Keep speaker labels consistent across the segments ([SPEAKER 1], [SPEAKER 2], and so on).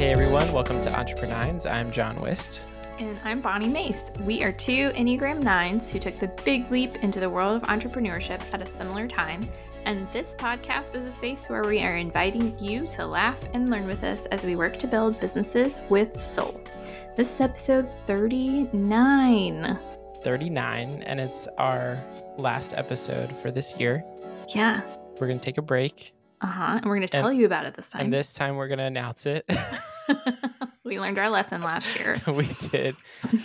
[SPEAKER 1] everyone. Welcome to Entrepreneurs. I'm John Wist.
[SPEAKER 2] And I'm Bonnie Mace. We are two Enneagram 9s who took the big leap into the world of entrepreneurship at a similar time. And this podcast is a space where we are inviting you to laugh and learn with us as we work to build businesses with soul. This is episode 39.
[SPEAKER 1] 39, and it's our last episode for this year.
[SPEAKER 2] Yeah.
[SPEAKER 1] We're going to take a break,
[SPEAKER 2] Uh huh. And we're going to tell
[SPEAKER 1] And-
[SPEAKER 2] you about it this time.
[SPEAKER 1] and this time we're going to announce it.
[SPEAKER 2] we learned our lesson last year.
[SPEAKER 1] we did.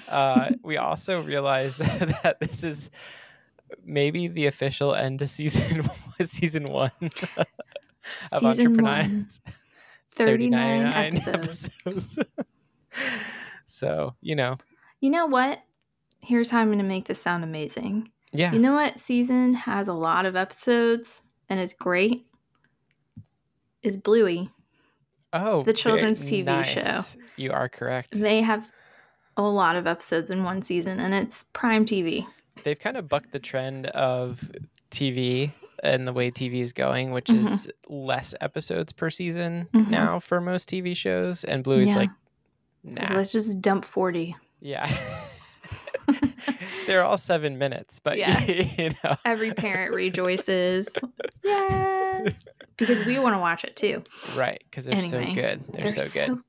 [SPEAKER 1] Uh, we also realized that this is maybe the official end to season season one of
[SPEAKER 2] Season one,
[SPEAKER 1] Entrepreneurs. 39
[SPEAKER 2] 39 episodes.
[SPEAKER 1] episodes. so, you know,
[SPEAKER 2] You know what? Here's how I'm going to make this sound amazing.
[SPEAKER 1] yeah.
[SPEAKER 2] You know what season has a lot of episodes and is great? Is Bluey.
[SPEAKER 1] oh,
[SPEAKER 2] the children's
[SPEAKER 1] very
[SPEAKER 2] TV show.
[SPEAKER 1] nice. You are correct.
[SPEAKER 2] They have a lot of episodes in one season and it's prime TV.
[SPEAKER 1] they've kind of bucked the trend of TV and the way TV is going, which is
[SPEAKER 2] Mm-hmm.
[SPEAKER 1] less episodes per season
[SPEAKER 2] Mhm.
[SPEAKER 1] now for most TV shows. And Bluey's
[SPEAKER 2] Yeah.
[SPEAKER 1] like,
[SPEAKER 2] Like,
[SPEAKER 1] nah,
[SPEAKER 2] Let's just dump 40.
[SPEAKER 1] yeah. They're all seven minutes, but
[SPEAKER 2] Yeah.
[SPEAKER 1] you know,
[SPEAKER 2] Every parent rejoices. Yes. Because we want to watch it too.
[SPEAKER 1] right? Because they're so
[SPEAKER 2] Anyway,
[SPEAKER 1] good. They're, so, good.
[SPEAKER 2] So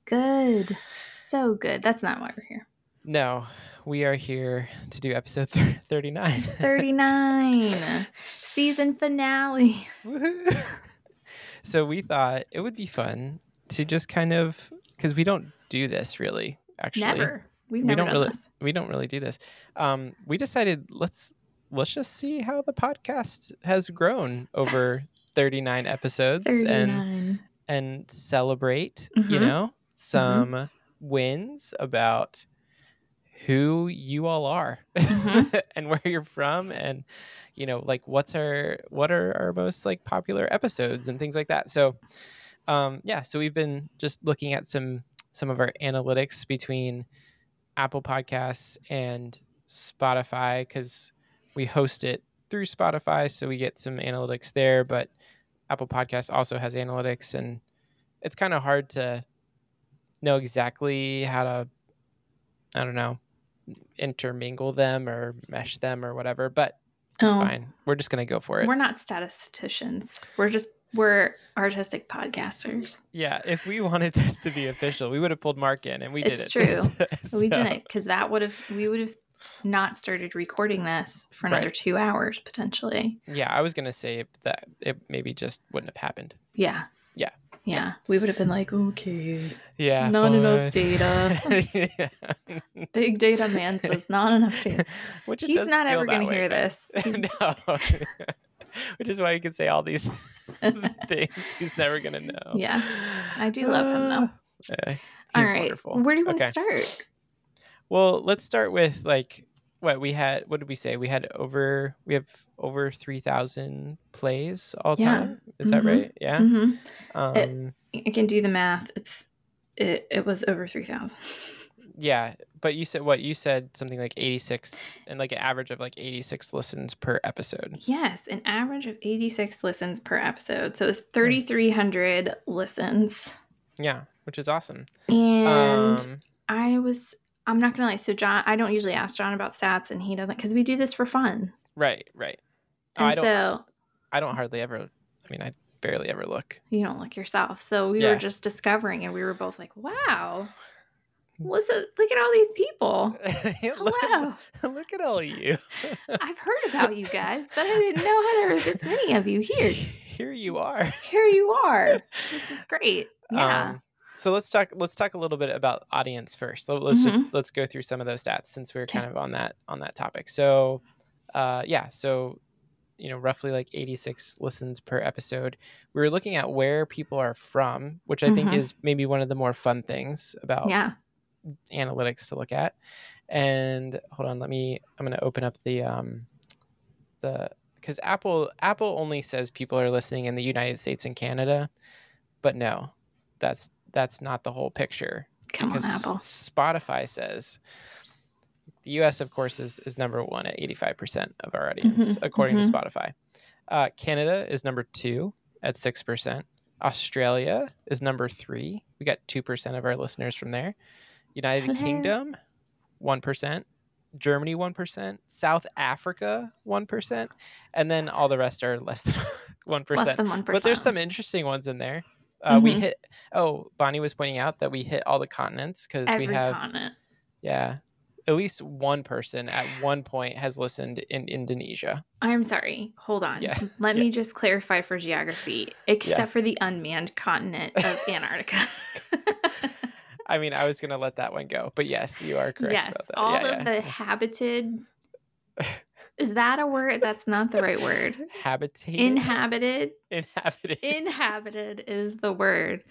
[SPEAKER 2] good. So good. That's not why we're here.
[SPEAKER 1] No, we are here to do episode thir- thirty-nine.
[SPEAKER 2] 39. Season finale.
[SPEAKER 1] Woohoo. so we thought it would be fun to just kind of because we don't do this really actually
[SPEAKER 2] Never. We've
[SPEAKER 1] We
[SPEAKER 2] never
[SPEAKER 1] don't
[SPEAKER 2] done
[SPEAKER 1] really-
[SPEAKER 2] this.
[SPEAKER 1] we don't really do this um we decided let's let's just see how the podcast has grown over 39 episodes
[SPEAKER 2] 39.
[SPEAKER 1] and and celebrate you
[SPEAKER 2] Mhm.
[SPEAKER 1] know some wins about who you all are
[SPEAKER 2] Mhm.
[SPEAKER 1] and where you're from and you know like what's our what are our most like popular episodes and things like that so um yeah so we've been just looking at some some of our analytics between apple podcasts and spotify because we host it through spotify so we get some analytics there but apple podcasts also has analytics and it's kind of hard to know exactly how to i don't know intermingle them or mesh them or whatever but it's
[SPEAKER 2] Oh.
[SPEAKER 1] fine we're just gonna go for it
[SPEAKER 2] We're not statisticians. We're just we're artistic podcasters.
[SPEAKER 1] yeah if we wanted this to be official we would have pulled mark in and we did
[SPEAKER 2] It's
[SPEAKER 1] it
[SPEAKER 2] true.
[SPEAKER 1] So-
[SPEAKER 2] We didn't because that would have we would have not started recording this for another
[SPEAKER 1] Right.
[SPEAKER 2] two hours potentially.
[SPEAKER 1] yeah i was gonna say that it maybe just wouldn't have happened
[SPEAKER 2] Yeah.
[SPEAKER 1] Yeah.
[SPEAKER 2] Yeah. We would have been like, okay,
[SPEAKER 1] yeah
[SPEAKER 2] Not enough
[SPEAKER 1] fine.
[SPEAKER 2] data.
[SPEAKER 1] Yeah.
[SPEAKER 2] big data man says not enough data.
[SPEAKER 1] Which it
[SPEAKER 2] He's
[SPEAKER 1] does
[SPEAKER 2] not
[SPEAKER 1] feel
[SPEAKER 2] ever
[SPEAKER 1] that
[SPEAKER 2] going to
[SPEAKER 1] way,
[SPEAKER 2] hear
[SPEAKER 1] but-
[SPEAKER 2] this. He's-
[SPEAKER 1] no. Which is why you can say all these things he's never gonna know.
[SPEAKER 2] Yeah. I do love him,
[SPEAKER 1] though. he's
[SPEAKER 2] All right.
[SPEAKER 1] wonderful.
[SPEAKER 2] Where do you want
[SPEAKER 1] Okay.
[SPEAKER 2] to start?
[SPEAKER 1] Well, let's start with like what we had. What did we say? We had over. We have over three thousand plays all
[SPEAKER 2] Yeah.
[SPEAKER 1] time. Is that
[SPEAKER 2] Mhm.
[SPEAKER 1] right? Yeah.
[SPEAKER 2] hmm
[SPEAKER 1] Um,
[SPEAKER 2] It- I can do the math. It's it, it was over three thousand.
[SPEAKER 1] yeah. But you said what you said something like eighty six and like an average of like eighty six listens per episode.
[SPEAKER 2] Yes, an average of 86 listens per episode. So it's
[SPEAKER 1] Hmm.
[SPEAKER 2] 3,300 listens.
[SPEAKER 1] Yeah, which is awesome.
[SPEAKER 2] And
[SPEAKER 1] um,
[SPEAKER 2] I was, I'm not going to lie. So, John, I don't usually ask John about stats, and he doesn't, because we do this for fun.
[SPEAKER 1] right, right. Oh,
[SPEAKER 2] And
[SPEAKER 1] I don't.
[SPEAKER 2] so
[SPEAKER 1] I don't hardly ever. I mean, I barely ever look.
[SPEAKER 2] you don't look yourself. So we
[SPEAKER 1] Yeah.
[SPEAKER 2] were just discovering, and we were both like, wow, listen, look at all these people. Hello.
[SPEAKER 1] look, look at all of you.
[SPEAKER 2] I've heard about you guys, but I didn't know how there was this many of you here.
[SPEAKER 1] Here you are.
[SPEAKER 2] Here you are. This is great. Yeah.
[SPEAKER 1] Um, so let's talk. Let's talk a little bit about audience first. Let- Let's just let's go through some of those stats since we are kind of on that on that topic. So, uh, yeah. So, you know, roughly like eighty six listens per episode. We were looking at where people are from, which I think
[SPEAKER 2] Mhm.
[SPEAKER 1] is maybe one of the more fun things about
[SPEAKER 2] yeah.
[SPEAKER 1] analytics to look at. And hold on, let me. I'm going to open up the um, the because Apple Apple only says people are listening in the United States and Canada, but no, that's that's not the whole picture
[SPEAKER 2] Come
[SPEAKER 1] oh,
[SPEAKER 2] on,
[SPEAKER 1] because
[SPEAKER 2] Apple.
[SPEAKER 1] Spotify says the U.S. of course is is number one at 85 percent of our audience
[SPEAKER 2] Mhm,
[SPEAKER 1] according
[SPEAKER 2] mhm.
[SPEAKER 1] to Spotify. Uh, Canada is number two at six percent. Australia is number three. We got 2% of our listeners from there. United
[SPEAKER 2] Hello.
[SPEAKER 1] Kingdom, 1%. Germany, 1%. South Africa, 1%. And then all the rest are less than 1%.
[SPEAKER 2] Less than 1%.
[SPEAKER 1] But there's some interesting ones in there. Uh, We
[SPEAKER 2] Mhm.
[SPEAKER 1] hit, oh, Bonnie was pointing out that we hit all the continents because
[SPEAKER 2] every
[SPEAKER 1] we have,
[SPEAKER 2] continent.
[SPEAKER 1] yeah, at least one person at one point has listened in Indonesia.
[SPEAKER 2] I'm sorry. Hold on.
[SPEAKER 1] Yeah.
[SPEAKER 2] Let me
[SPEAKER 1] Yes.
[SPEAKER 2] just clarify for geography, except for the unmanned continent of Antarctica.
[SPEAKER 1] I mean, I was going to let that one go, but yes, you are correct.
[SPEAKER 2] yes,
[SPEAKER 1] about that.
[SPEAKER 2] all
[SPEAKER 1] Yeah,
[SPEAKER 2] of
[SPEAKER 1] yeah.
[SPEAKER 2] the habited. Is that a word? That's not the right word.
[SPEAKER 1] Habitated.
[SPEAKER 2] Inhabited.
[SPEAKER 1] Inhabited.
[SPEAKER 2] Inhabited is the word.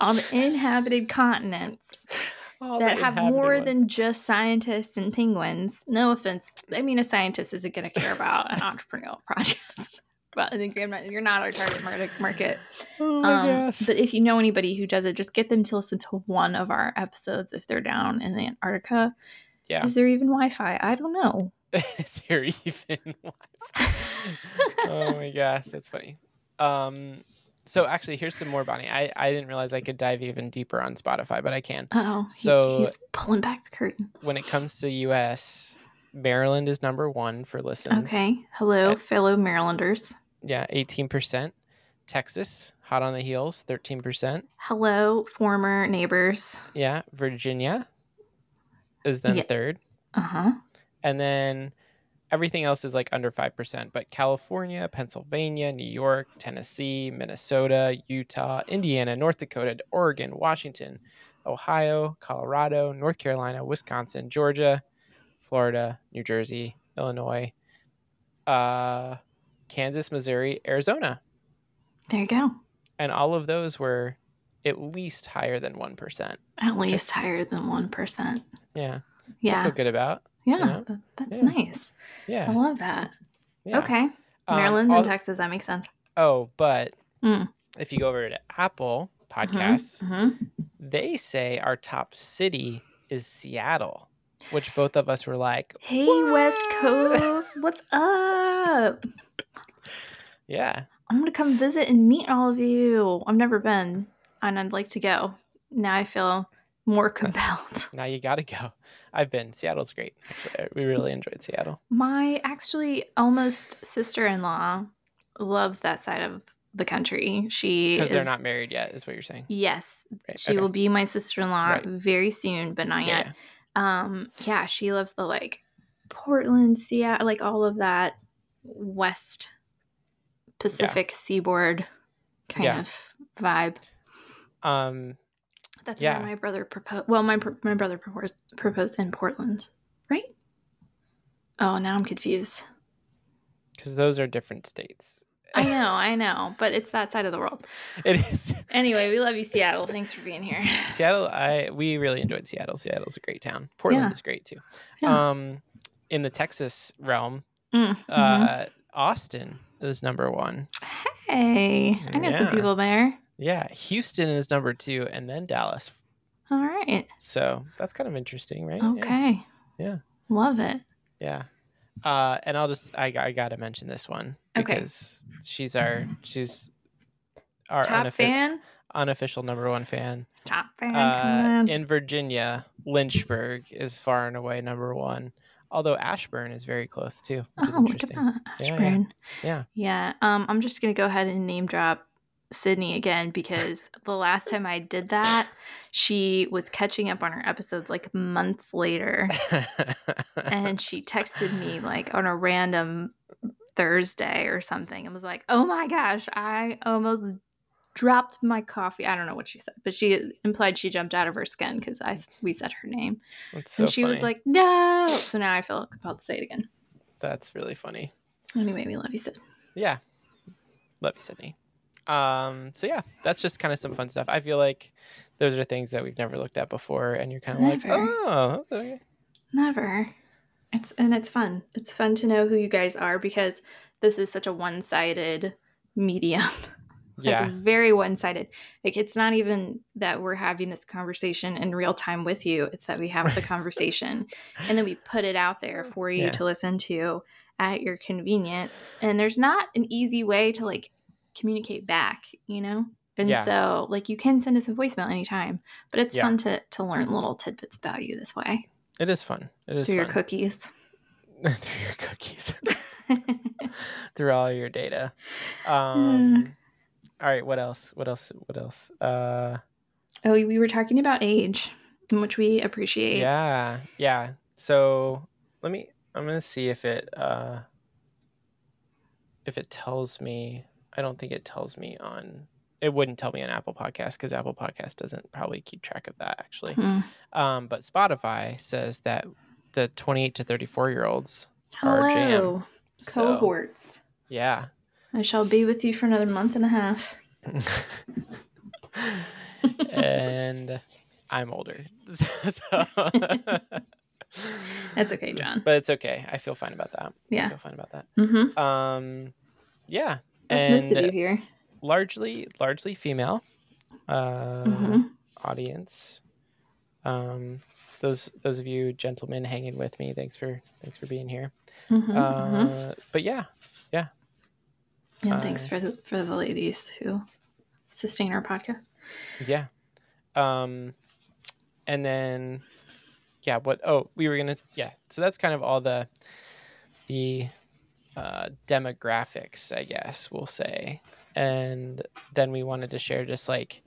[SPEAKER 2] All the inhabited continents
[SPEAKER 1] All the
[SPEAKER 2] that have
[SPEAKER 1] inhabited
[SPEAKER 2] more
[SPEAKER 1] ones.
[SPEAKER 2] than just scientists and penguins. No offense. I mean, a scientist isn't going to care about an entrepreneurial project, but I think you're not, you're not our target mar- market.
[SPEAKER 1] Oh my
[SPEAKER 2] Um,
[SPEAKER 1] gosh.
[SPEAKER 2] but if you know anybody who does it, just get them to listen to one of our episodes if they're down in Antarctica.
[SPEAKER 1] yeah.
[SPEAKER 2] Is there even Wi Fi? I don't know.
[SPEAKER 1] Is there even one? oh my gosh, that's funny. Um, so actually, here's some more, Bonnie. I, I didn't realize I could dive even deeper on Spotify, but I can.
[SPEAKER 2] Oh,
[SPEAKER 1] So-
[SPEAKER 2] he's pulling back the curtain.
[SPEAKER 1] When it comes to U.S., Maryland is number one for listens.
[SPEAKER 2] Okay. Hello,
[SPEAKER 1] Uh,
[SPEAKER 2] fellow Marylanders.
[SPEAKER 1] Yeah, eighteen percent. Texas, hot on the heels, thirteen percent.
[SPEAKER 2] Hello, former neighbors.
[SPEAKER 1] Yeah, Virginia is then
[SPEAKER 2] Yeah.
[SPEAKER 1] third,
[SPEAKER 2] Uh huh.
[SPEAKER 1] and then everything else is like under five percent. But California, Pennsylvania, New York, Tennessee, Minnesota, Utah, Indiana, North Dakota, Oregon, Washington, Ohio, Colorado, North Carolina, Wisconsin, Georgia, Florida, New Jersey, Illinois, uh, Kansas, Missouri, Arizona,
[SPEAKER 2] There you go.
[SPEAKER 1] and all of those were at least higher than one percent.
[SPEAKER 2] At least higher than 1%.
[SPEAKER 1] Yeah, which I
[SPEAKER 2] Yeah.
[SPEAKER 1] feel good about.
[SPEAKER 2] Yeah.
[SPEAKER 1] know?
[SPEAKER 2] th- That's
[SPEAKER 1] Yeah.
[SPEAKER 2] nice. I
[SPEAKER 1] Yeah,
[SPEAKER 2] love that.
[SPEAKER 1] yeah.
[SPEAKER 2] Okay.
[SPEAKER 1] Um,
[SPEAKER 2] Maryland
[SPEAKER 1] al-
[SPEAKER 2] and Texas. That makes sense.
[SPEAKER 1] Oh, but
[SPEAKER 2] Mm.
[SPEAKER 1] if you go over to Apple
[SPEAKER 2] Mhm,
[SPEAKER 1] Podcasts,
[SPEAKER 2] mhm.
[SPEAKER 1] they say our top city is Seattle, which both of us were like,
[SPEAKER 2] Hey,
[SPEAKER 1] What?
[SPEAKER 2] West Coast. What's up?
[SPEAKER 1] yeah,
[SPEAKER 2] I'm going to come visit and meet all of you. I've never been, and I'd like to go. Now I feel more compelled.
[SPEAKER 1] now you got to go. I've been. Seattle's great. Actually, I- we really enjoyed Seattle.
[SPEAKER 2] My actually almost sister in law loves that side of the country. She
[SPEAKER 1] Because they're
[SPEAKER 2] is-
[SPEAKER 1] not married yet, is what you're saying.
[SPEAKER 2] Yes,
[SPEAKER 1] Right,
[SPEAKER 2] she
[SPEAKER 1] okay.
[SPEAKER 2] will be my sister in law
[SPEAKER 1] Right.
[SPEAKER 2] very soon, but not
[SPEAKER 1] Yeah,
[SPEAKER 2] yet. Um, yeah, she loves the like Portland, Seattle, like all of that West Pacific seaboard kind
[SPEAKER 1] Yeah.
[SPEAKER 2] of vibe.
[SPEAKER 1] yeah. Um,
[SPEAKER 2] That's
[SPEAKER 1] Yeah.
[SPEAKER 2] where my brother proposed. Well, my pr- my brother proposed proposed in Portland, right? Oh, now I'm confused.
[SPEAKER 1] because those are different states.
[SPEAKER 2] I know, I know, but it's that side of the world.
[SPEAKER 1] It is
[SPEAKER 2] Anyway, we love you, Seattle. Thanks for being here.
[SPEAKER 1] Seattle. I we really enjoyed Seattle. Seattle's a great town. Portland
[SPEAKER 2] Yeah.
[SPEAKER 1] is great too.
[SPEAKER 2] Yeah.
[SPEAKER 1] Um, in the Texas realm,
[SPEAKER 2] Mm, mhm.
[SPEAKER 1] uh, Austin is number one.
[SPEAKER 2] hey, I know some
[SPEAKER 1] yeah.
[SPEAKER 2] people there.
[SPEAKER 1] Yeah, Houston is number two, and then Dallas.
[SPEAKER 2] All right.
[SPEAKER 1] So that's kind of interesting, right? Yeah.
[SPEAKER 2] Okay.
[SPEAKER 1] Yeah.
[SPEAKER 2] Love it.
[SPEAKER 1] Yeah. Uh, and I'll just I, I gotta mention this one
[SPEAKER 2] Okay.
[SPEAKER 1] because she's our she's our
[SPEAKER 2] Top
[SPEAKER 1] unoffi-
[SPEAKER 2] fan.
[SPEAKER 1] unofficial number one fan.
[SPEAKER 2] Top fan. come
[SPEAKER 1] Uh,
[SPEAKER 2] on.
[SPEAKER 1] in Virginia, Lynchburg is far and away number one. Although Ashburn is very close too, which is
[SPEAKER 2] oh, look at
[SPEAKER 1] interesting.
[SPEAKER 2] that.
[SPEAKER 1] Yeah, yeah.
[SPEAKER 2] Ashburn.
[SPEAKER 1] Yeah.
[SPEAKER 2] Yeah. Um, I'm just gonna go ahead and name drop Sydney again because the last time I did that, she was catching up on her episodes like months later. and she texted me like on a random Thursday or something and was like, "Oh my gosh, I almost dropped my coffee." I don't know what she said, but she implied she jumped out of her skin because I we said her name,
[SPEAKER 1] That's so
[SPEAKER 2] and she was
[SPEAKER 1] funny.
[SPEAKER 2] like, "No." So now I feel compelled to say it again.
[SPEAKER 1] "That's really funny."
[SPEAKER 2] Anyway, we love you, Sid.
[SPEAKER 1] Yeah. Love you, Sydney. Um, so yeah, that's just kind of some fun stuff. I feel like those are things that we've never looked at before, and you're kind of like,
[SPEAKER 2] Never.
[SPEAKER 1] oh, okay.
[SPEAKER 2] Never. It's and it's fun. It's fun to know who you guys are because this is such a one-sided medium.
[SPEAKER 1] yeah,
[SPEAKER 2] like very one-sided like it's not even that we're having this conversation in real time with you it's that we have the conversation and then we put it out there for you
[SPEAKER 1] Yeah.
[SPEAKER 2] to listen to at your convenience and there's not an easy way to like communicate back you know And
[SPEAKER 1] Yeah.
[SPEAKER 2] so, like, you can send us a voicemail anytime, but it's
[SPEAKER 1] Yeah.
[SPEAKER 2] fun to, to learn little tidbits about you this way
[SPEAKER 1] It is fun. It is
[SPEAKER 2] through your
[SPEAKER 1] fun.
[SPEAKER 2] cookies.
[SPEAKER 1] through your cookies, through all your data. Um,
[SPEAKER 2] Mm.
[SPEAKER 1] all right. What else? What else? What else? Uh,
[SPEAKER 2] oh, we were talking about age, which we appreciate.
[SPEAKER 1] yeah, yeah. So let me. I'm gonna see if it uh, if it tells me. I don't think it tells me on. It wouldn't tell me on Apple Podcast because Apple Podcast doesn't probably keep track of that actually.
[SPEAKER 2] Hmm.
[SPEAKER 1] Um, but Spotify says that the 28 to 34 year olds Our jam.
[SPEAKER 2] Hello,
[SPEAKER 1] so-
[SPEAKER 2] cohorts.
[SPEAKER 1] yeah.
[SPEAKER 2] I shall be with you for another month and a half.
[SPEAKER 1] and I'm older. So,
[SPEAKER 2] That's okay, John.
[SPEAKER 1] But it's okay. I feel fine about that. I
[SPEAKER 2] Yeah.
[SPEAKER 1] feel fine about that.
[SPEAKER 2] Mm-hmm.
[SPEAKER 1] Um, yeah.
[SPEAKER 2] That's most
[SPEAKER 1] and
[SPEAKER 2] of you here.
[SPEAKER 1] largely, largely female uh,
[SPEAKER 2] hmm
[SPEAKER 1] audience. Um, those those of you gentlemen hanging with me, thanks for thanks for being here.
[SPEAKER 2] hmm
[SPEAKER 1] Uh, but yeah,
[SPEAKER 2] Mm-hmm.
[SPEAKER 1] uh,
[SPEAKER 2] and thanks for the, for the ladies who sustain our podcast.
[SPEAKER 1] Yeah. Um and then yeah, what oh, we were going to yeah. So that's kind of all the the uh demographics, I guess we'll say. And then we wanted to share just like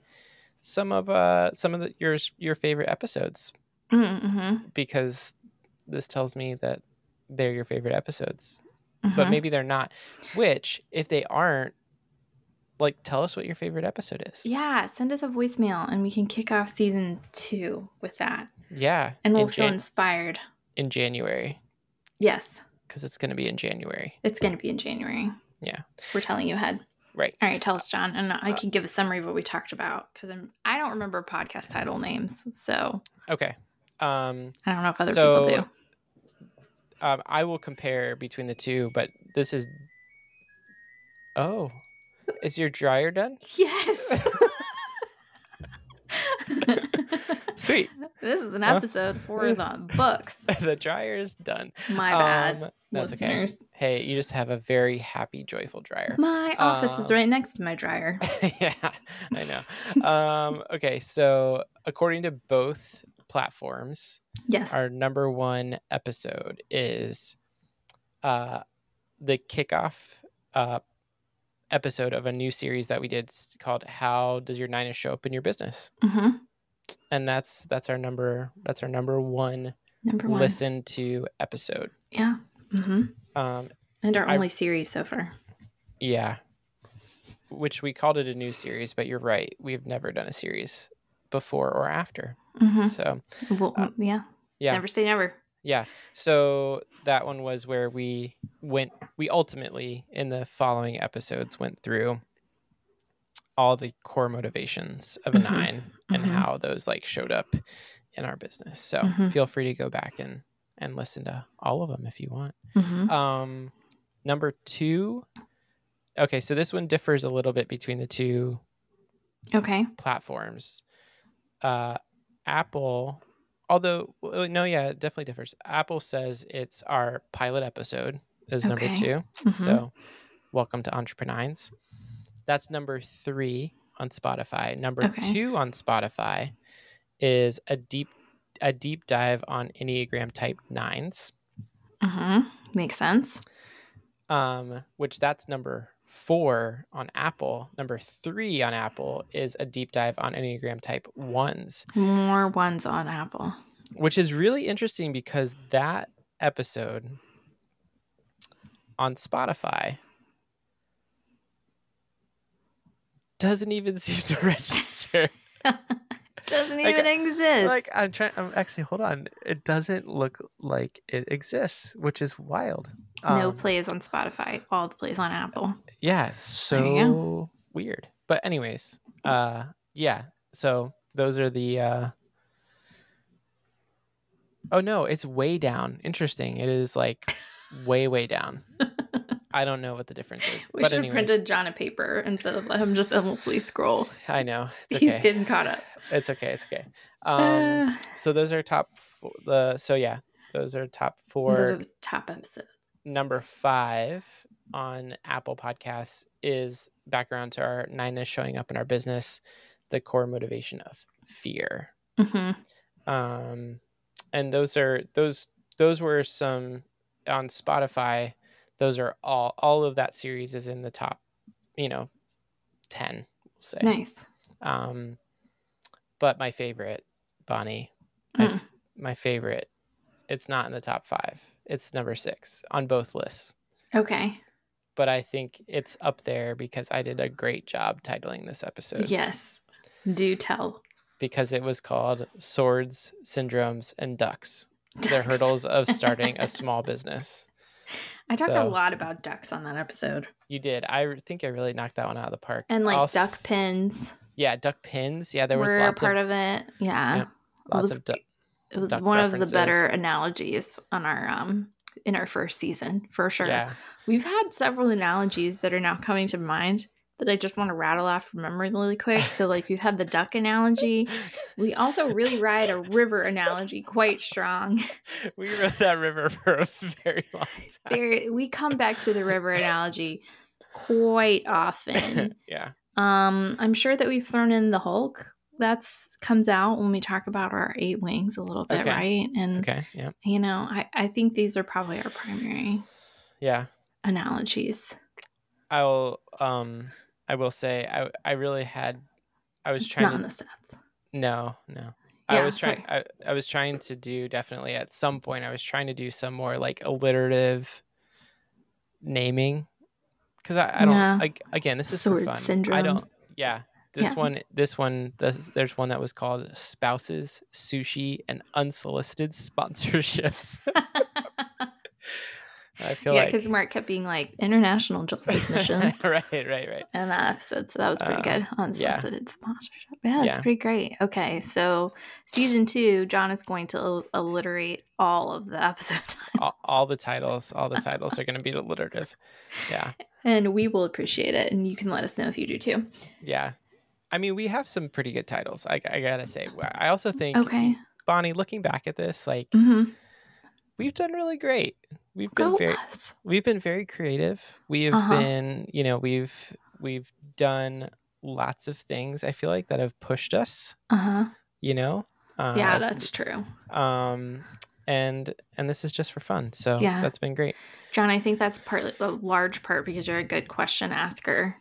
[SPEAKER 1] some of uh some of the, your your favorite episodes
[SPEAKER 2] Mm-hmm.
[SPEAKER 1] because this tells me that they're your favorite episodes.
[SPEAKER 2] Uh-huh.
[SPEAKER 1] But maybe they're not. Which if they aren't like tell us what your favorite episode is.
[SPEAKER 2] yeah, send us a voicemail and we can kick off season two with that,
[SPEAKER 1] Yeah.
[SPEAKER 2] and we'll
[SPEAKER 1] in
[SPEAKER 2] feel
[SPEAKER 1] Jan-
[SPEAKER 2] inspired.
[SPEAKER 1] in January.
[SPEAKER 2] Yes,
[SPEAKER 1] because it's going to be in January.
[SPEAKER 2] it's going to be in January.
[SPEAKER 1] Yeah.
[SPEAKER 2] we're telling you ahead.
[SPEAKER 1] Right.
[SPEAKER 2] All right, tell us, John, and I
[SPEAKER 1] Uh,
[SPEAKER 2] can give a summary of what we talked about because I'm I don't remember podcast title names, so
[SPEAKER 1] Okay. Um,
[SPEAKER 2] I don't know if other
[SPEAKER 1] So-
[SPEAKER 2] people do.
[SPEAKER 1] um, I will compare between the two, but this is. Oh, is your dryer done?
[SPEAKER 2] Yes.
[SPEAKER 1] Sweet.
[SPEAKER 2] this is an
[SPEAKER 1] Huh?
[SPEAKER 2] episode for the books.
[SPEAKER 1] the dryer is done.
[SPEAKER 2] My bad,
[SPEAKER 1] Um, that's okay.
[SPEAKER 2] listeners.
[SPEAKER 1] Hey, you just have a very happy, joyful dryer.
[SPEAKER 2] My office is
[SPEAKER 1] Um,
[SPEAKER 2] right next to my dryer.
[SPEAKER 1] yeah, I know. um, okay, so according to both platforms,
[SPEAKER 2] Yes.
[SPEAKER 1] our number one episode is uh, the kickoff uh, episode of a new series that we did s- called "How Does Your Nina Show Up in Your Business?"
[SPEAKER 2] hmm
[SPEAKER 1] and that's that's our number that's our number one,
[SPEAKER 2] Number one.
[SPEAKER 1] listen to episode.
[SPEAKER 2] Yeah. hmm
[SPEAKER 1] Um,
[SPEAKER 2] And our
[SPEAKER 1] I-
[SPEAKER 2] only series so far.
[SPEAKER 1] yeah, which we called it a new series, but you're right, we've never done a series before or after.
[SPEAKER 2] hmm
[SPEAKER 1] So
[SPEAKER 2] Well,
[SPEAKER 1] Uh,
[SPEAKER 2] yeah.
[SPEAKER 1] yeah.
[SPEAKER 2] Never say never.
[SPEAKER 1] Yeah. So that one was where we went, we ultimately, in the following episodes, went through all the core motivations of a
[SPEAKER 2] Mhm.
[SPEAKER 1] 9 and
[SPEAKER 2] Mhm.
[SPEAKER 1] how those like showed up in our business. So
[SPEAKER 2] Mhm.
[SPEAKER 1] feel free to go back and, and listen to all of them if you want.
[SPEAKER 2] hmm
[SPEAKER 1] Um, number two. Okay. So this one differs a little bit between the two
[SPEAKER 2] Okay.
[SPEAKER 1] platforms. Uh, Apple, although well, no, yeah, it definitely differs. Apple says it's our pilot episode is number
[SPEAKER 2] Okay.
[SPEAKER 1] 2
[SPEAKER 2] Mhm.
[SPEAKER 1] So, welcome to Entrepreneurs. That's number three on Spotify. Number
[SPEAKER 2] Okay.
[SPEAKER 1] two on Spotify is a deep a deep dive on Enneagram Type Nines,
[SPEAKER 2] Mhm. Makes sense.
[SPEAKER 1] um, which that's number four on Apple. Number three on Apple is a deep dive on Enneagram Type Ones.
[SPEAKER 2] More ones on Apple.
[SPEAKER 1] which is really interesting because that episode on Spotify doesn't even seem to register.
[SPEAKER 2] Doesn't
[SPEAKER 1] Like,
[SPEAKER 2] even exist.
[SPEAKER 1] like I'm trying. I'm actually hold on. It doesn't look like it exists, which is wild.
[SPEAKER 2] no
[SPEAKER 1] Um,
[SPEAKER 2] plays on Spotify. All the plays on Apple.
[SPEAKER 1] Yeah, it's
[SPEAKER 2] There you
[SPEAKER 1] so weird. But anyways, uh yeah. So those are the uh Oh no, it's way down. Interesting. It is like way way down. I don't know what the difference is.
[SPEAKER 2] We
[SPEAKER 1] but
[SPEAKER 2] should have
[SPEAKER 1] anyways,
[SPEAKER 2] printed John a paper instead of let him just endlessly scroll.
[SPEAKER 1] I know. It's
[SPEAKER 2] He's
[SPEAKER 1] okay.
[SPEAKER 2] getting caught up.
[SPEAKER 1] It's okay. It's okay. Um
[SPEAKER 2] Uh,
[SPEAKER 1] so those are top f- the so yeah, those are top 4.
[SPEAKER 2] those are the top episodes.
[SPEAKER 1] Number 5 on Apple Podcasts is back around to our nine is showing up in our business, the core motivation of fear.
[SPEAKER 2] Mm-hmm.
[SPEAKER 1] Um, and those are those those were some on Spotify. Those are all all of that series is in the top, you know, ten. We'll say.
[SPEAKER 2] Nice.
[SPEAKER 1] Um, but my favorite, Bonnie,
[SPEAKER 2] Mm.
[SPEAKER 1] my,
[SPEAKER 2] Uh-huh.
[SPEAKER 1] f- my favorite, it's not in the top five. It's number six on both lists
[SPEAKER 2] Okay.
[SPEAKER 1] but I think it's up there because I did a great job titling this episode
[SPEAKER 2] Yes. Do tell.
[SPEAKER 1] because it was called Swords, Syndromes, and Ducks. The
[SPEAKER 2] Ducks.
[SPEAKER 1] hurdles of starting a small business.
[SPEAKER 2] I talked a
[SPEAKER 1] so-
[SPEAKER 2] lot about ducks on that episode.
[SPEAKER 1] You did. I re- think I really knocked that one out of the park.
[SPEAKER 2] And like
[SPEAKER 1] I'll s-
[SPEAKER 2] duck pins
[SPEAKER 1] Yeah, duck pins. Yeah, there was
[SPEAKER 2] were a
[SPEAKER 1] lots
[SPEAKER 2] part
[SPEAKER 1] of,
[SPEAKER 2] of, it. Yeah.
[SPEAKER 1] Yep.
[SPEAKER 2] It
[SPEAKER 1] lots
[SPEAKER 2] was,
[SPEAKER 1] of duck.
[SPEAKER 2] it was
[SPEAKER 1] duck
[SPEAKER 2] one of
[SPEAKER 1] references.
[SPEAKER 2] the better analogies on our um in our first season for sure.
[SPEAKER 1] Yeah,
[SPEAKER 2] We've had several analogies that are now coming to mind that I just want to rattle off from memory really quick. So, like, we've had the duck analogy. We also really ride a river analogy quite strong.
[SPEAKER 1] we rode that river for a very long time.
[SPEAKER 2] There, we come back to the river analogy quite often.
[SPEAKER 1] yeah,
[SPEAKER 2] Um, I'm sure that we've thrown in the Hulk. That's comes out when we talk about our eight wings a little bit,
[SPEAKER 1] Okay.
[SPEAKER 2] right? And
[SPEAKER 1] okay, yeah,
[SPEAKER 2] you know, I, I think these are probably our primary
[SPEAKER 1] yeah.
[SPEAKER 2] analogies.
[SPEAKER 1] I'll um I will say I I really had I was
[SPEAKER 2] It's
[SPEAKER 1] trying
[SPEAKER 2] not
[SPEAKER 1] to
[SPEAKER 2] in the stats.
[SPEAKER 1] no no
[SPEAKER 2] Yeah,
[SPEAKER 1] I was
[SPEAKER 2] sorry.
[SPEAKER 1] trying I, I was trying to do definitely at some point I was trying to do some more like alliterative naming because I, I don't
[SPEAKER 2] Yeah.
[SPEAKER 1] like again this is
[SPEAKER 2] Sword
[SPEAKER 1] for fun
[SPEAKER 2] syndrome.
[SPEAKER 1] I don't yeah this
[SPEAKER 2] Yeah.
[SPEAKER 1] one this one this, there's one that was called spouses sushi and unsolicited sponsorships I feel
[SPEAKER 2] yeah,
[SPEAKER 1] like
[SPEAKER 2] because Mark kept being like International Justice Mission
[SPEAKER 1] right right right
[SPEAKER 2] in that episode, so that was pretty
[SPEAKER 1] Uh,
[SPEAKER 2] good. Unsolicited sponsorship, yeah, that's
[SPEAKER 1] Yeah.
[SPEAKER 2] pretty great. Okay, so season two, John is going to al- alliterate all of the episode,
[SPEAKER 1] all, all the titles all the titles are going to be alliterative yeah
[SPEAKER 2] and we will appreciate it. And you can let us know if you do too.
[SPEAKER 1] yeah i mean we have some pretty good titles i, I gotta say i also think
[SPEAKER 2] Okay,
[SPEAKER 1] bonnie looking back at this like
[SPEAKER 2] hmm
[SPEAKER 1] we've done really great we've been
[SPEAKER 2] go
[SPEAKER 1] very
[SPEAKER 2] us.
[SPEAKER 1] we've been very creative we have
[SPEAKER 2] Uh-huh.
[SPEAKER 1] been you know we've we've done lots of things i feel like that have pushed us
[SPEAKER 2] Uh huh.
[SPEAKER 1] you know uh,
[SPEAKER 2] Yeah, that's true.
[SPEAKER 1] um and and this is just for fun so
[SPEAKER 2] Yeah.
[SPEAKER 1] that's been great
[SPEAKER 2] John, I think that's partly a large part because you're a good question asker,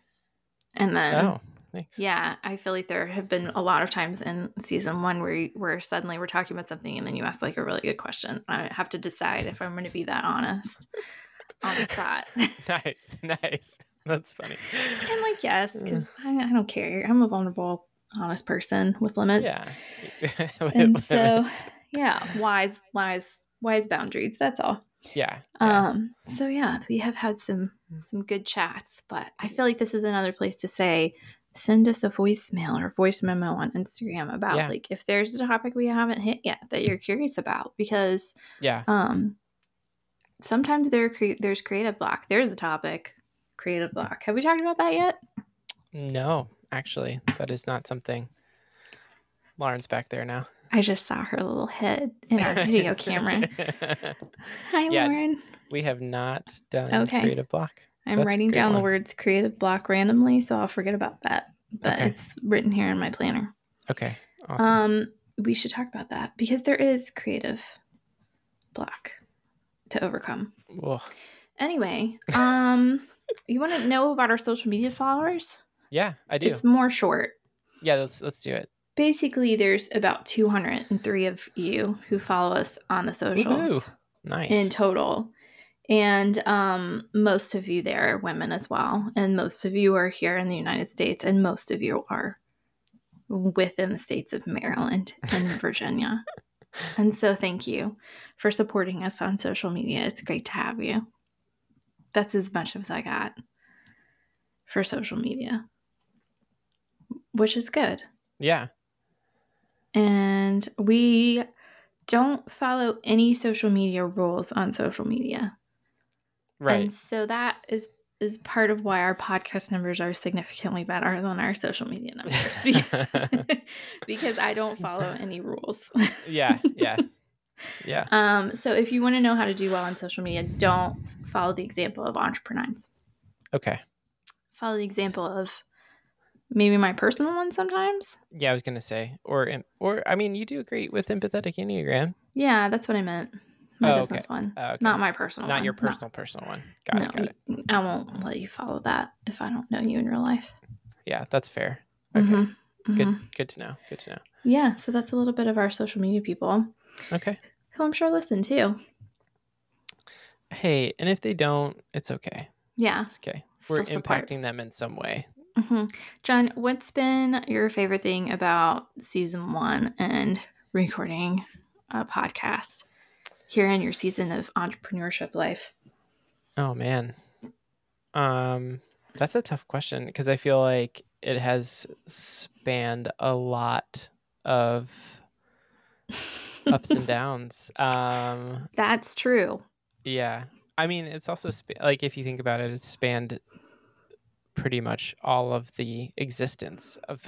[SPEAKER 2] and then
[SPEAKER 1] oh thanks
[SPEAKER 2] Yeah, I feel like there have been a lot of times in season one where you- where suddenly we're talking about something and then you ask like a really good question. I have to decide if I'm going to be that honest on the spot. and
[SPEAKER 1] nice nice that's funny
[SPEAKER 2] like yes, because I, I don't care. I'm a vulnerable, honest person with limits.
[SPEAKER 1] yeah
[SPEAKER 2] and so yeah, wise, wise, wise boundaries. That's all.
[SPEAKER 1] yeah, yeah.
[SPEAKER 2] Um. So yeah, we have had some some good chats, but I feel like this is another place to say send us a voicemail or voice memo on Instagram about
[SPEAKER 1] Yeah.
[SPEAKER 2] like if there's a topic we haven't hit yet that you're curious about because
[SPEAKER 1] yeah
[SPEAKER 2] um sometimes there are cre- there's creative block. There's a topic creative block. Have we talked about that yet?
[SPEAKER 1] no actually that is not something lauren's back there now
[SPEAKER 2] I just saw her little head in our video camera. Hi
[SPEAKER 1] Yeah.
[SPEAKER 2] Lauren.
[SPEAKER 1] we have not done
[SPEAKER 2] Okay.
[SPEAKER 1] creative block So
[SPEAKER 2] I'm
[SPEAKER 1] that's a
[SPEAKER 2] writing
[SPEAKER 1] great
[SPEAKER 2] down the
[SPEAKER 1] one.
[SPEAKER 2] words creative block randomly, so I'll forget about that. But
[SPEAKER 1] Okay.
[SPEAKER 2] it's written here in my planner.
[SPEAKER 1] okay awesome
[SPEAKER 2] Um, we should talk about that because there is creative block to overcome.
[SPEAKER 1] Well,
[SPEAKER 2] Anyway, um, you want to know about our social media followers?
[SPEAKER 1] yeah i do
[SPEAKER 2] It's more short.
[SPEAKER 1] yeah let's let's do it
[SPEAKER 2] Basically, there's about 203 of you who follow us on the socials
[SPEAKER 1] Woohoo. nice
[SPEAKER 2] in total. And um, most of you there are women as well. And most of you are here in the United States, and most of you are within the states of Maryland and Virginia. And so, thank you for supporting us on social media. It's great to have you. That's as much as I got for social media, which is good
[SPEAKER 1] yeah
[SPEAKER 2] and we don't follow any social media rules on social media.
[SPEAKER 1] right
[SPEAKER 2] And so that is is part of why our podcast numbers are significantly better than our social media numbers because, because I don't follow any rules.
[SPEAKER 1] yeah yeah Yeah.
[SPEAKER 2] Um, so if you want to know how to do well on social media, don't follow the example of entrepreneurs.
[SPEAKER 1] Okay.
[SPEAKER 2] Follow the example of maybe my personal one sometimes.
[SPEAKER 1] Yeah, I was gonna say, or em- or I mean, you do great with empathetic enneagram.
[SPEAKER 2] Yeah, that's what I meant.
[SPEAKER 1] Oh,
[SPEAKER 2] My
[SPEAKER 1] okay.
[SPEAKER 2] business one,
[SPEAKER 1] Oh, okay.
[SPEAKER 2] not my personal.
[SPEAKER 1] Not
[SPEAKER 2] one.
[SPEAKER 1] your personal personal one. Got
[SPEAKER 2] No,
[SPEAKER 1] it. Got it.
[SPEAKER 2] y- I won't let you follow that if I don't know you in real life.
[SPEAKER 1] Yeah, that's fair. Okay.
[SPEAKER 2] Mhm,
[SPEAKER 1] Good.
[SPEAKER 2] mhm.
[SPEAKER 1] Good to know. Good to know.
[SPEAKER 2] Yeah, so that's a little bit of our social media people
[SPEAKER 1] Okay.
[SPEAKER 2] who I'm sure listen too.
[SPEAKER 1] Hey, and if they don't, it's okay.
[SPEAKER 2] Yeah.
[SPEAKER 1] It's okay.
[SPEAKER 2] still
[SPEAKER 1] We're
[SPEAKER 2] support.
[SPEAKER 1] impacting them in some way.
[SPEAKER 2] hmm John, what's been your favorite thing about season one and recording a podcast here in your season of entrepreneurship life?
[SPEAKER 1] Oh man. Um that's a tough question because I feel like it has spanned a lot of ups and downs. Um
[SPEAKER 2] That's true.
[SPEAKER 1] yeah. I mean, it's also sp- like if you think about it, it's spanned pretty much all of the existence of,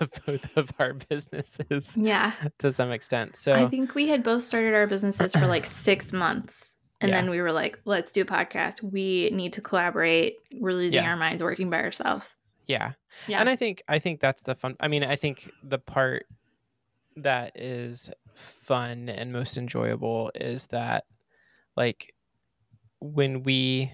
[SPEAKER 1] of both of our businesses
[SPEAKER 2] Yeah.
[SPEAKER 1] to some extent. So
[SPEAKER 2] I think we had both started our businesses for like six months. And
[SPEAKER 1] Yeah.
[SPEAKER 2] then we were like, let's do a podcast. We need to collaborate. We're losing
[SPEAKER 1] Yeah.
[SPEAKER 2] our minds working by ourselves.
[SPEAKER 1] yeah
[SPEAKER 2] Yeah.
[SPEAKER 1] and i think i think that's the fun i mean i think the part that is fun and most enjoyable is that like when we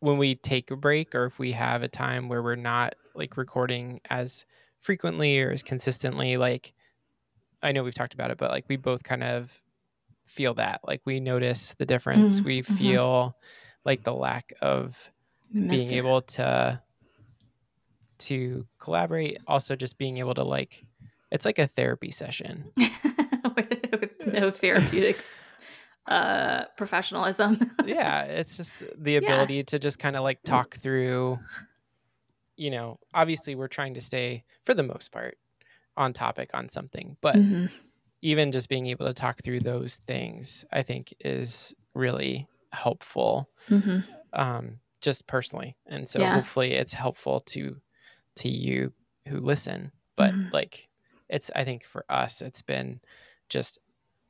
[SPEAKER 1] when we take a break or if we have a time where we're not like recording as frequently or as consistently like i know we've talked about it but like we both kind of feel that like we notice the difference
[SPEAKER 2] Mhm,
[SPEAKER 1] we
[SPEAKER 2] mhm.
[SPEAKER 1] feel like the lack of
[SPEAKER 2] We miss
[SPEAKER 1] being
[SPEAKER 2] it.
[SPEAKER 1] able to to collaborate also just being able to like it's like a therapy session
[SPEAKER 2] with, with no therapeutic uh, professionalism.
[SPEAKER 1] yeah it's just the
[SPEAKER 2] Yeah.
[SPEAKER 1] ability to just kind of like talk through you know obviously we're trying to stay for the most part on topic on something but
[SPEAKER 2] Mhm.
[SPEAKER 1] even just being able to talk through those things i think is really helpful
[SPEAKER 2] Mhm.
[SPEAKER 1] um, just personally. And so
[SPEAKER 2] Yeah.
[SPEAKER 1] hopefully it's helpful to to you who listen. But
[SPEAKER 2] Mhm.
[SPEAKER 1] like it's I think for us it's been just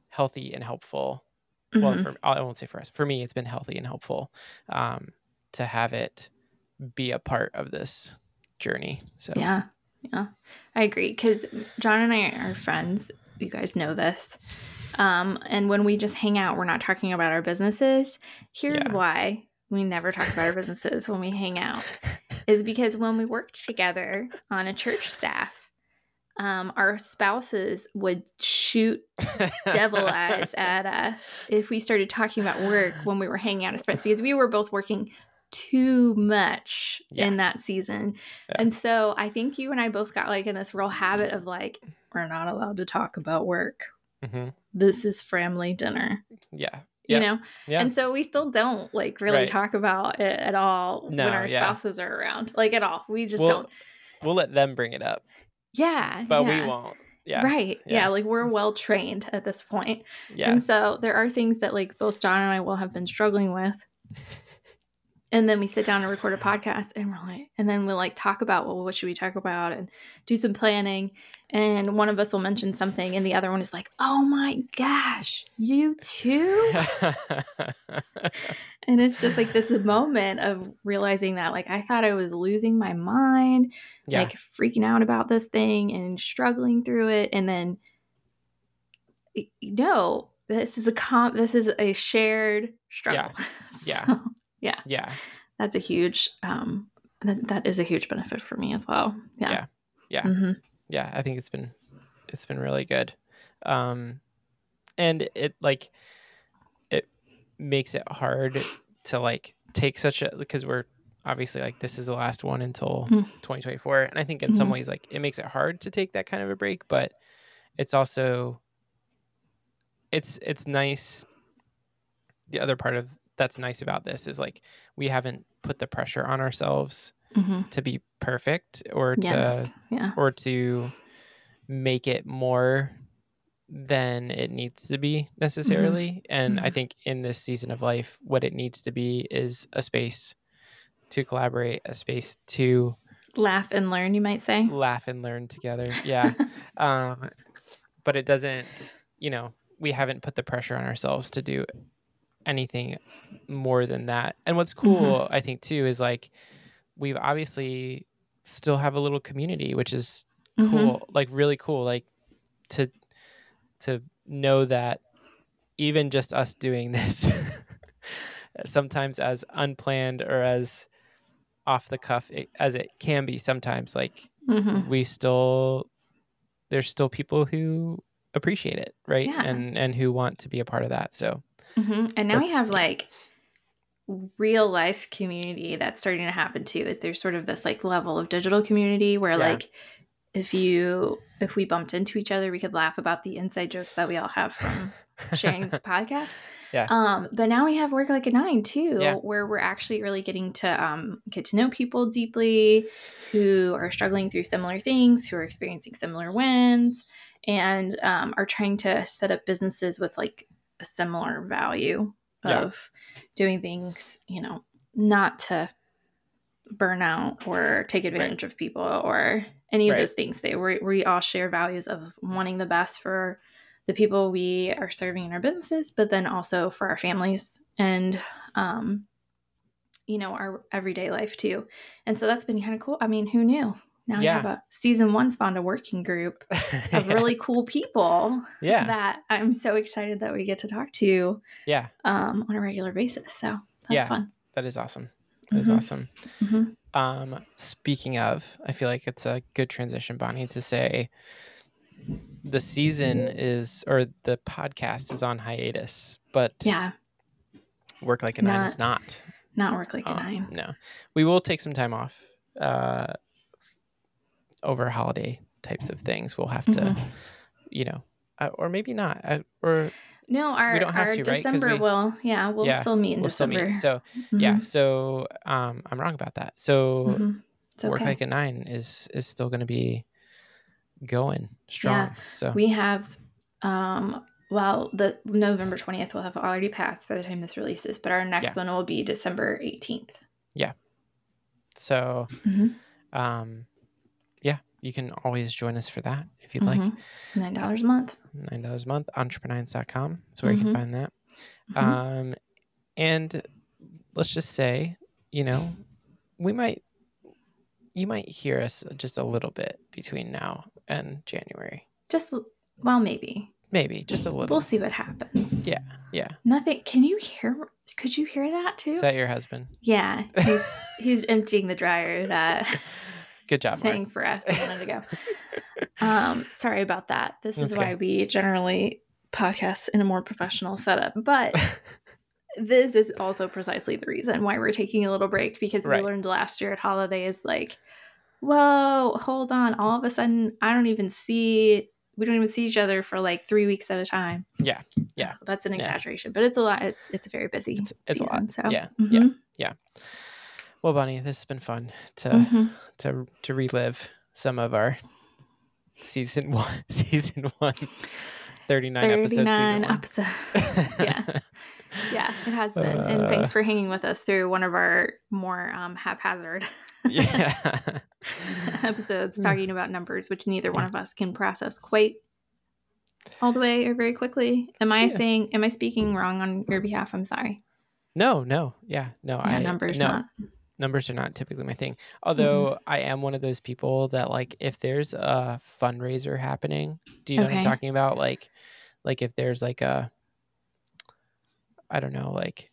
[SPEAKER 1] healthy and helpful. Well,
[SPEAKER 2] Mhm.
[SPEAKER 1] for, I won't say for us. For me, it's been healthy and helpful um, to have it be a part of this journey. So
[SPEAKER 2] yeah, yeah, I agree. Because John and I are friends. You guys know this. Um, and when we just hang out, we're not talking about our businesses. Here's
[SPEAKER 1] Yeah.
[SPEAKER 2] why we never talk about our businesses when we hang out is because when we worked together on a church staff, um, our spouses would shoot devil eyes at us if we started talking about work when we were hanging out as friends because we were both working too much
[SPEAKER 1] Yeah.
[SPEAKER 2] in that season.
[SPEAKER 1] Yeah.
[SPEAKER 2] And so I think you and I both got like in this real habit of like, we're not allowed to talk about work.
[SPEAKER 1] hmm
[SPEAKER 2] This is family dinner,
[SPEAKER 1] Yeah. Yeah.
[SPEAKER 2] you know?
[SPEAKER 1] Yeah.
[SPEAKER 2] And so we still don't like really
[SPEAKER 1] Right.
[SPEAKER 2] talk about it at all
[SPEAKER 1] No,
[SPEAKER 2] when our
[SPEAKER 1] yeah.
[SPEAKER 2] spouses are around, like at all. We just
[SPEAKER 1] Well,
[SPEAKER 2] don't.
[SPEAKER 1] We'll let them bring it up,
[SPEAKER 2] Yeah.
[SPEAKER 1] but
[SPEAKER 2] yeah.
[SPEAKER 1] we won't. Yeah.
[SPEAKER 2] Right. yeah.
[SPEAKER 1] Yeah.
[SPEAKER 2] Like we're well trained at this point.
[SPEAKER 1] Yeah.
[SPEAKER 2] And so there are things that like both John and I will have been struggling with. And then we sit down and record a podcast and we're like, and then we'll like talk about well, what should we talk about and do some planning. And one of us will mention something and the other one is like, oh my gosh, you too? And it's just like this moment of realizing that like I thought I was losing my mind
[SPEAKER 1] yeah.
[SPEAKER 2] like freaking out about this thing and struggling through it and then y- no this is a comp this is a shared struggle
[SPEAKER 1] Yeah.
[SPEAKER 2] So, yeah
[SPEAKER 1] yeah.
[SPEAKER 2] that's a huge um that, that is a huge benefit for me as well yeah
[SPEAKER 1] Yeah. Yeah.
[SPEAKER 2] Mhm.
[SPEAKER 1] yeah i think it's been it's been really good um and it like it makes it hard to like take such a because we're obviously like this is the last one until
[SPEAKER 2] Mm.
[SPEAKER 1] 2024 and i think in some
[SPEAKER 2] Mhm.
[SPEAKER 1] ways like it makes it hard to take that kind of a break but it's also it's it's nice the other part of that's nice about this is like we haven't put the pressure on ourselves
[SPEAKER 2] Mhm.
[SPEAKER 1] to be perfect or to
[SPEAKER 2] yes yeah
[SPEAKER 1] or to make it more than it needs to be necessarily. And I
[SPEAKER 2] Mhm.
[SPEAKER 1] think in this season of life, what it needs to be is a space to collaborate, a space to
[SPEAKER 2] laugh and learn you might say
[SPEAKER 1] laugh and learn together. Yeah. um, but it doesn't, you know, we haven't put the pressure on ourselves to do anything more than that. And what's cool, I think, too, is like we've obviously still have a little community, which is cool,
[SPEAKER 2] Mhm.
[SPEAKER 1] like really cool, like to to know that even just us doing this, sometimes as unplanned or as off the cuff it, as it can be, sometimes like
[SPEAKER 2] Mhm.
[SPEAKER 1] we still there's still people who appreciate it right
[SPEAKER 2] Yeah.
[SPEAKER 1] and and who want to be a part of that so
[SPEAKER 2] hmm And now we
[SPEAKER 1] That's-
[SPEAKER 2] have like real life community that's starting to happen too. Is there's sort of this like level of digital community where
[SPEAKER 1] Yeah.
[SPEAKER 2] like if you if we bumped into each other, we could laugh about the inside jokes that we all have from sharing this podcast.
[SPEAKER 1] Yeah.
[SPEAKER 2] Um, but now we have work like a nine too,
[SPEAKER 1] Yeah.
[SPEAKER 2] where we're actually really getting to um, get to know people deeply who are struggling through similar things, who are experiencing similar wins, and um, are trying to set up businesses with like a similar value
[SPEAKER 1] Yeah.
[SPEAKER 2] of doing things, you know, not to burn out or take advantage of people or any of
[SPEAKER 1] Right.
[SPEAKER 2] those things. They we, we all share values of wanting the best for the people we are serving in our businesses, but then also for our families and, um, you know, our everyday life too. And so that's been kind of cool. I mean, who knew?
[SPEAKER 1] Yeah.
[SPEAKER 2] Now you have a season one spawned a working group of really cool people
[SPEAKER 1] yeah
[SPEAKER 2] that I'm so excited that we get to talk to
[SPEAKER 1] yeah
[SPEAKER 2] um, on a regular basis. So that's
[SPEAKER 1] Yeah.
[SPEAKER 2] fun.
[SPEAKER 1] that is awesome That is
[SPEAKER 2] Mhm.
[SPEAKER 1] awesome
[SPEAKER 2] Mhm.
[SPEAKER 1] um speaking of i feel like it's a good transition bonnie to say the season is or the podcast is on hiatus but
[SPEAKER 2] Yeah,
[SPEAKER 1] work like a nine is not
[SPEAKER 2] not work like a
[SPEAKER 1] Um,
[SPEAKER 2] nine.
[SPEAKER 1] No, we will take some time off uh, over holiday types of things. We'll have to,
[SPEAKER 2] Mm-hmm.
[SPEAKER 1] you know, uh, or maybe not, uh, or
[SPEAKER 2] No, our,
[SPEAKER 1] don't have
[SPEAKER 2] our
[SPEAKER 1] to, right? 'Cause
[SPEAKER 2] December
[SPEAKER 1] we-
[SPEAKER 2] will, yeah, we'll
[SPEAKER 1] Yeah,
[SPEAKER 2] still meet in
[SPEAKER 1] we'll still
[SPEAKER 2] December. Mm-hmm.
[SPEAKER 1] meet. So yeah, so um, I'm wrong about that. So
[SPEAKER 2] Mhm. Mhm. It's
[SPEAKER 1] work
[SPEAKER 2] okay.
[SPEAKER 1] like a nine is is still going to be going strong. So
[SPEAKER 2] we have, um, well, the November 20th will have already passed by the time this releases, but our next one will be December 18th.
[SPEAKER 1] so
[SPEAKER 2] Mhm.
[SPEAKER 1] um, yeah, you can always join us for that if you'd like.
[SPEAKER 2] Mhm. $9 a month.
[SPEAKER 1] Nine dollars a month. Entrepreneurs.com is where you
[SPEAKER 2] Mhm.
[SPEAKER 1] can find that.
[SPEAKER 2] Mhm.
[SPEAKER 1] Um, and let's just say, you know, we might, you might hear us just a little bit between now and January,
[SPEAKER 2] Just, well, maybe.
[SPEAKER 1] maybe just a little.
[SPEAKER 2] We'll see what happens.
[SPEAKER 1] Yeah, yeah.
[SPEAKER 2] Nothing. Can you hear? Could you hear that too?
[SPEAKER 1] Is that your husband?
[SPEAKER 2] yeah. He's he's emptying the dryer that
[SPEAKER 1] Good job,
[SPEAKER 2] sang
[SPEAKER 1] Mark.
[SPEAKER 2] for us a minute ago. Um, sorry about that. This is
[SPEAKER 1] That's
[SPEAKER 2] why we generally podcast in a more professional setup, but this is also precisely the reason why we're taking a little break because
[SPEAKER 1] Right.
[SPEAKER 2] we learned last year at holidays like, whoa, hold on, all of a sudden I don't even see we don't even see each other for like three weeks at a time.
[SPEAKER 1] Yeah. Yeah.
[SPEAKER 2] That's an
[SPEAKER 1] Yeah.
[SPEAKER 2] exaggeration, but it's a lot. It, it's a very busy
[SPEAKER 1] It's- it's a lot.
[SPEAKER 2] season. So
[SPEAKER 1] Yeah.
[SPEAKER 2] mhm,
[SPEAKER 1] Yeah. Well, Bonnie, this has been fun to
[SPEAKER 2] mhm.
[SPEAKER 1] to to relive some of our season one, season one, 39,
[SPEAKER 2] thirty-nine
[SPEAKER 1] episode
[SPEAKER 2] episodes.
[SPEAKER 1] season one.
[SPEAKER 2] yeah. Yeah, it has been.
[SPEAKER 1] Uh,
[SPEAKER 2] and thanks for hanging with us through one of our more um, haphazard
[SPEAKER 1] yeah.
[SPEAKER 2] episodes
[SPEAKER 1] Mm.
[SPEAKER 2] talking about numbers, which neither one of us can process quite all the way or very quickly. Am I
[SPEAKER 1] Yeah.
[SPEAKER 2] saying? Am I speaking wrong on your behalf? I'm sorry.
[SPEAKER 1] No, no, yeah, no.
[SPEAKER 2] Yeah,
[SPEAKER 1] I
[SPEAKER 2] numbers
[SPEAKER 1] no,
[SPEAKER 2] not.
[SPEAKER 1] numbers are not typically my thing.
[SPEAKER 2] Mm-hmm.
[SPEAKER 1] Although I am one of those people that like if there's a fundraiser happening, do you know what I'm
[SPEAKER 2] Okay.
[SPEAKER 1] talking about? Like, like if there's like a, I don't know, like,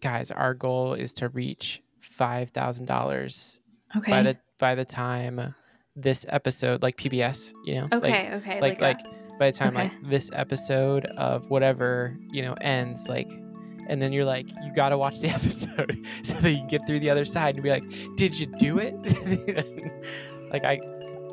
[SPEAKER 1] guys, our goal is to reach five thousand dollars
[SPEAKER 2] Okay.
[SPEAKER 1] by the by the time this episode, like PBS, you know, like
[SPEAKER 2] okay. okay. uh,
[SPEAKER 1] like
[SPEAKER 2] a-
[SPEAKER 1] like by the time
[SPEAKER 2] Okay.
[SPEAKER 1] like this episode of whatever you know ends like and then you're like you gotta watch the episode so that you can get through the other side and be like did you do it like i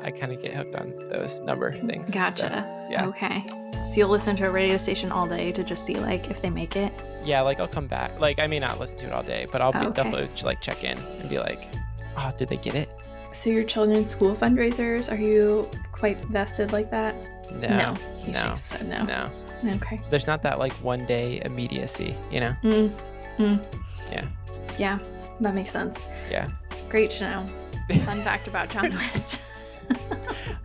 [SPEAKER 1] i kind of get hooked on those number things so,
[SPEAKER 2] gotcha.
[SPEAKER 1] yeah.
[SPEAKER 2] Okay. So you'll listen to a radio station all day to just see like if they make it.
[SPEAKER 1] yeah like i'll come back like i may not listen to it all day but i'll be
[SPEAKER 2] Oh, Okay.
[SPEAKER 1] definitely like check in and be like oh did they get it
[SPEAKER 2] So your children's school fundraisers, are you quite vested like that?
[SPEAKER 1] no
[SPEAKER 2] He
[SPEAKER 1] no,
[SPEAKER 2] shakes said no.
[SPEAKER 1] no
[SPEAKER 2] Okay.
[SPEAKER 1] there's not that like one day immediacy you know
[SPEAKER 2] Mm. Mm.
[SPEAKER 1] Yeah.
[SPEAKER 2] Yeah, that makes sense.
[SPEAKER 1] Yeah.
[SPEAKER 2] Great to know. Fun fact about John West.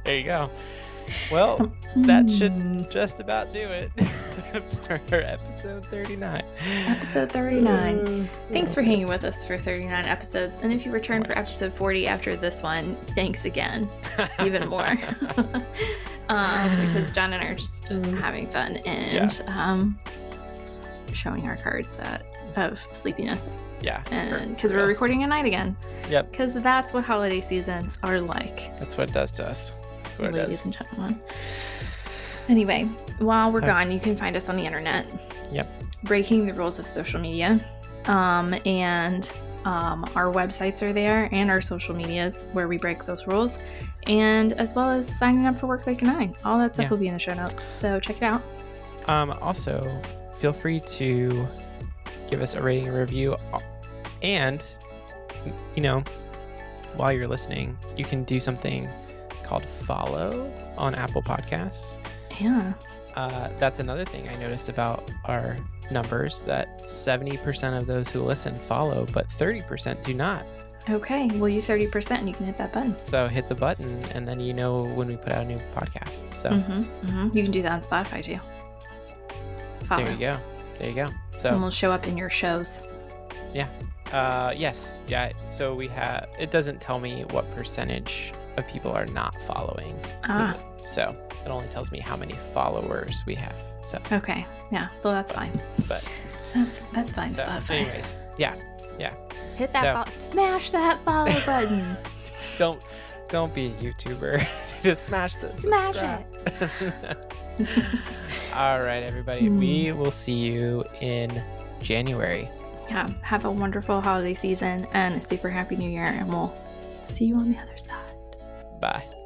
[SPEAKER 1] there you go Well,
[SPEAKER 2] Hmm.
[SPEAKER 1] that
[SPEAKER 2] Mm.
[SPEAKER 1] should just about do it for episode 39.
[SPEAKER 2] Episode
[SPEAKER 1] Mm.
[SPEAKER 2] 39. Thanks for hanging with us for 39 episodes. And if you return for episode 40 after this one, thanks again, even more. um, because John and I are just
[SPEAKER 1] Mm.
[SPEAKER 2] having fun and um, showing our cards that, of sleepiness.
[SPEAKER 1] Yeah. for-
[SPEAKER 2] And because
[SPEAKER 1] for
[SPEAKER 2] we're
[SPEAKER 1] real.
[SPEAKER 2] recording at night again.
[SPEAKER 1] Yep.
[SPEAKER 2] Because that's what holiday seasons are like.
[SPEAKER 1] That's what it does to us. That's what it does.
[SPEAKER 2] ladies and gentlemen. Anyway, while we're
[SPEAKER 1] Okay.
[SPEAKER 2] gone, you can find us on the internet.
[SPEAKER 1] Yep.
[SPEAKER 2] Breaking the rules of social media. Um, and um, our websites are there and our social medias where we break those rules. And as well as signing up for Work Like a Nine. All that stuff
[SPEAKER 1] Yeah.
[SPEAKER 2] will be in the show notes. So check it out.
[SPEAKER 1] Um, also, feel free to give us a rating and review. And, you know, while you're listening, you can do something called follow on Apple Podcasts.
[SPEAKER 2] Yeah.
[SPEAKER 1] Uh, that's another thing I noticed about our numbers that 70% of those who listen follow, but 30% do not.
[SPEAKER 2] Okay. We'll use 30% and you can hit that button.
[SPEAKER 1] So hit the button, and then you know when we put out a new podcast. So
[SPEAKER 2] hmm hmm You can do that on Spotify too. Follow.
[SPEAKER 1] there you go. There you go. So.
[SPEAKER 2] And we'll show up in your shows.
[SPEAKER 1] Uh, yes. Yeah. So we have. It doesn't tell me what percentage of people are not following.
[SPEAKER 2] Ah,
[SPEAKER 1] So it only tells me how many followers we have. So,
[SPEAKER 2] okay. Yeah. Well, that's fine.
[SPEAKER 1] but
[SPEAKER 2] That's that's fine.
[SPEAKER 1] so,
[SPEAKER 2] Spotify.
[SPEAKER 1] anyways, yeah.
[SPEAKER 2] Hit
[SPEAKER 1] so-
[SPEAKER 2] that fo- smash that follow button.
[SPEAKER 1] Don't don't be a YouTuber. Just smash the
[SPEAKER 2] Smash
[SPEAKER 1] it. All right, everybody. We will see you in January.
[SPEAKER 2] yeah. Have a wonderful holiday season and a super happy new year, and we'll see you on the other side.
[SPEAKER 1] Bye.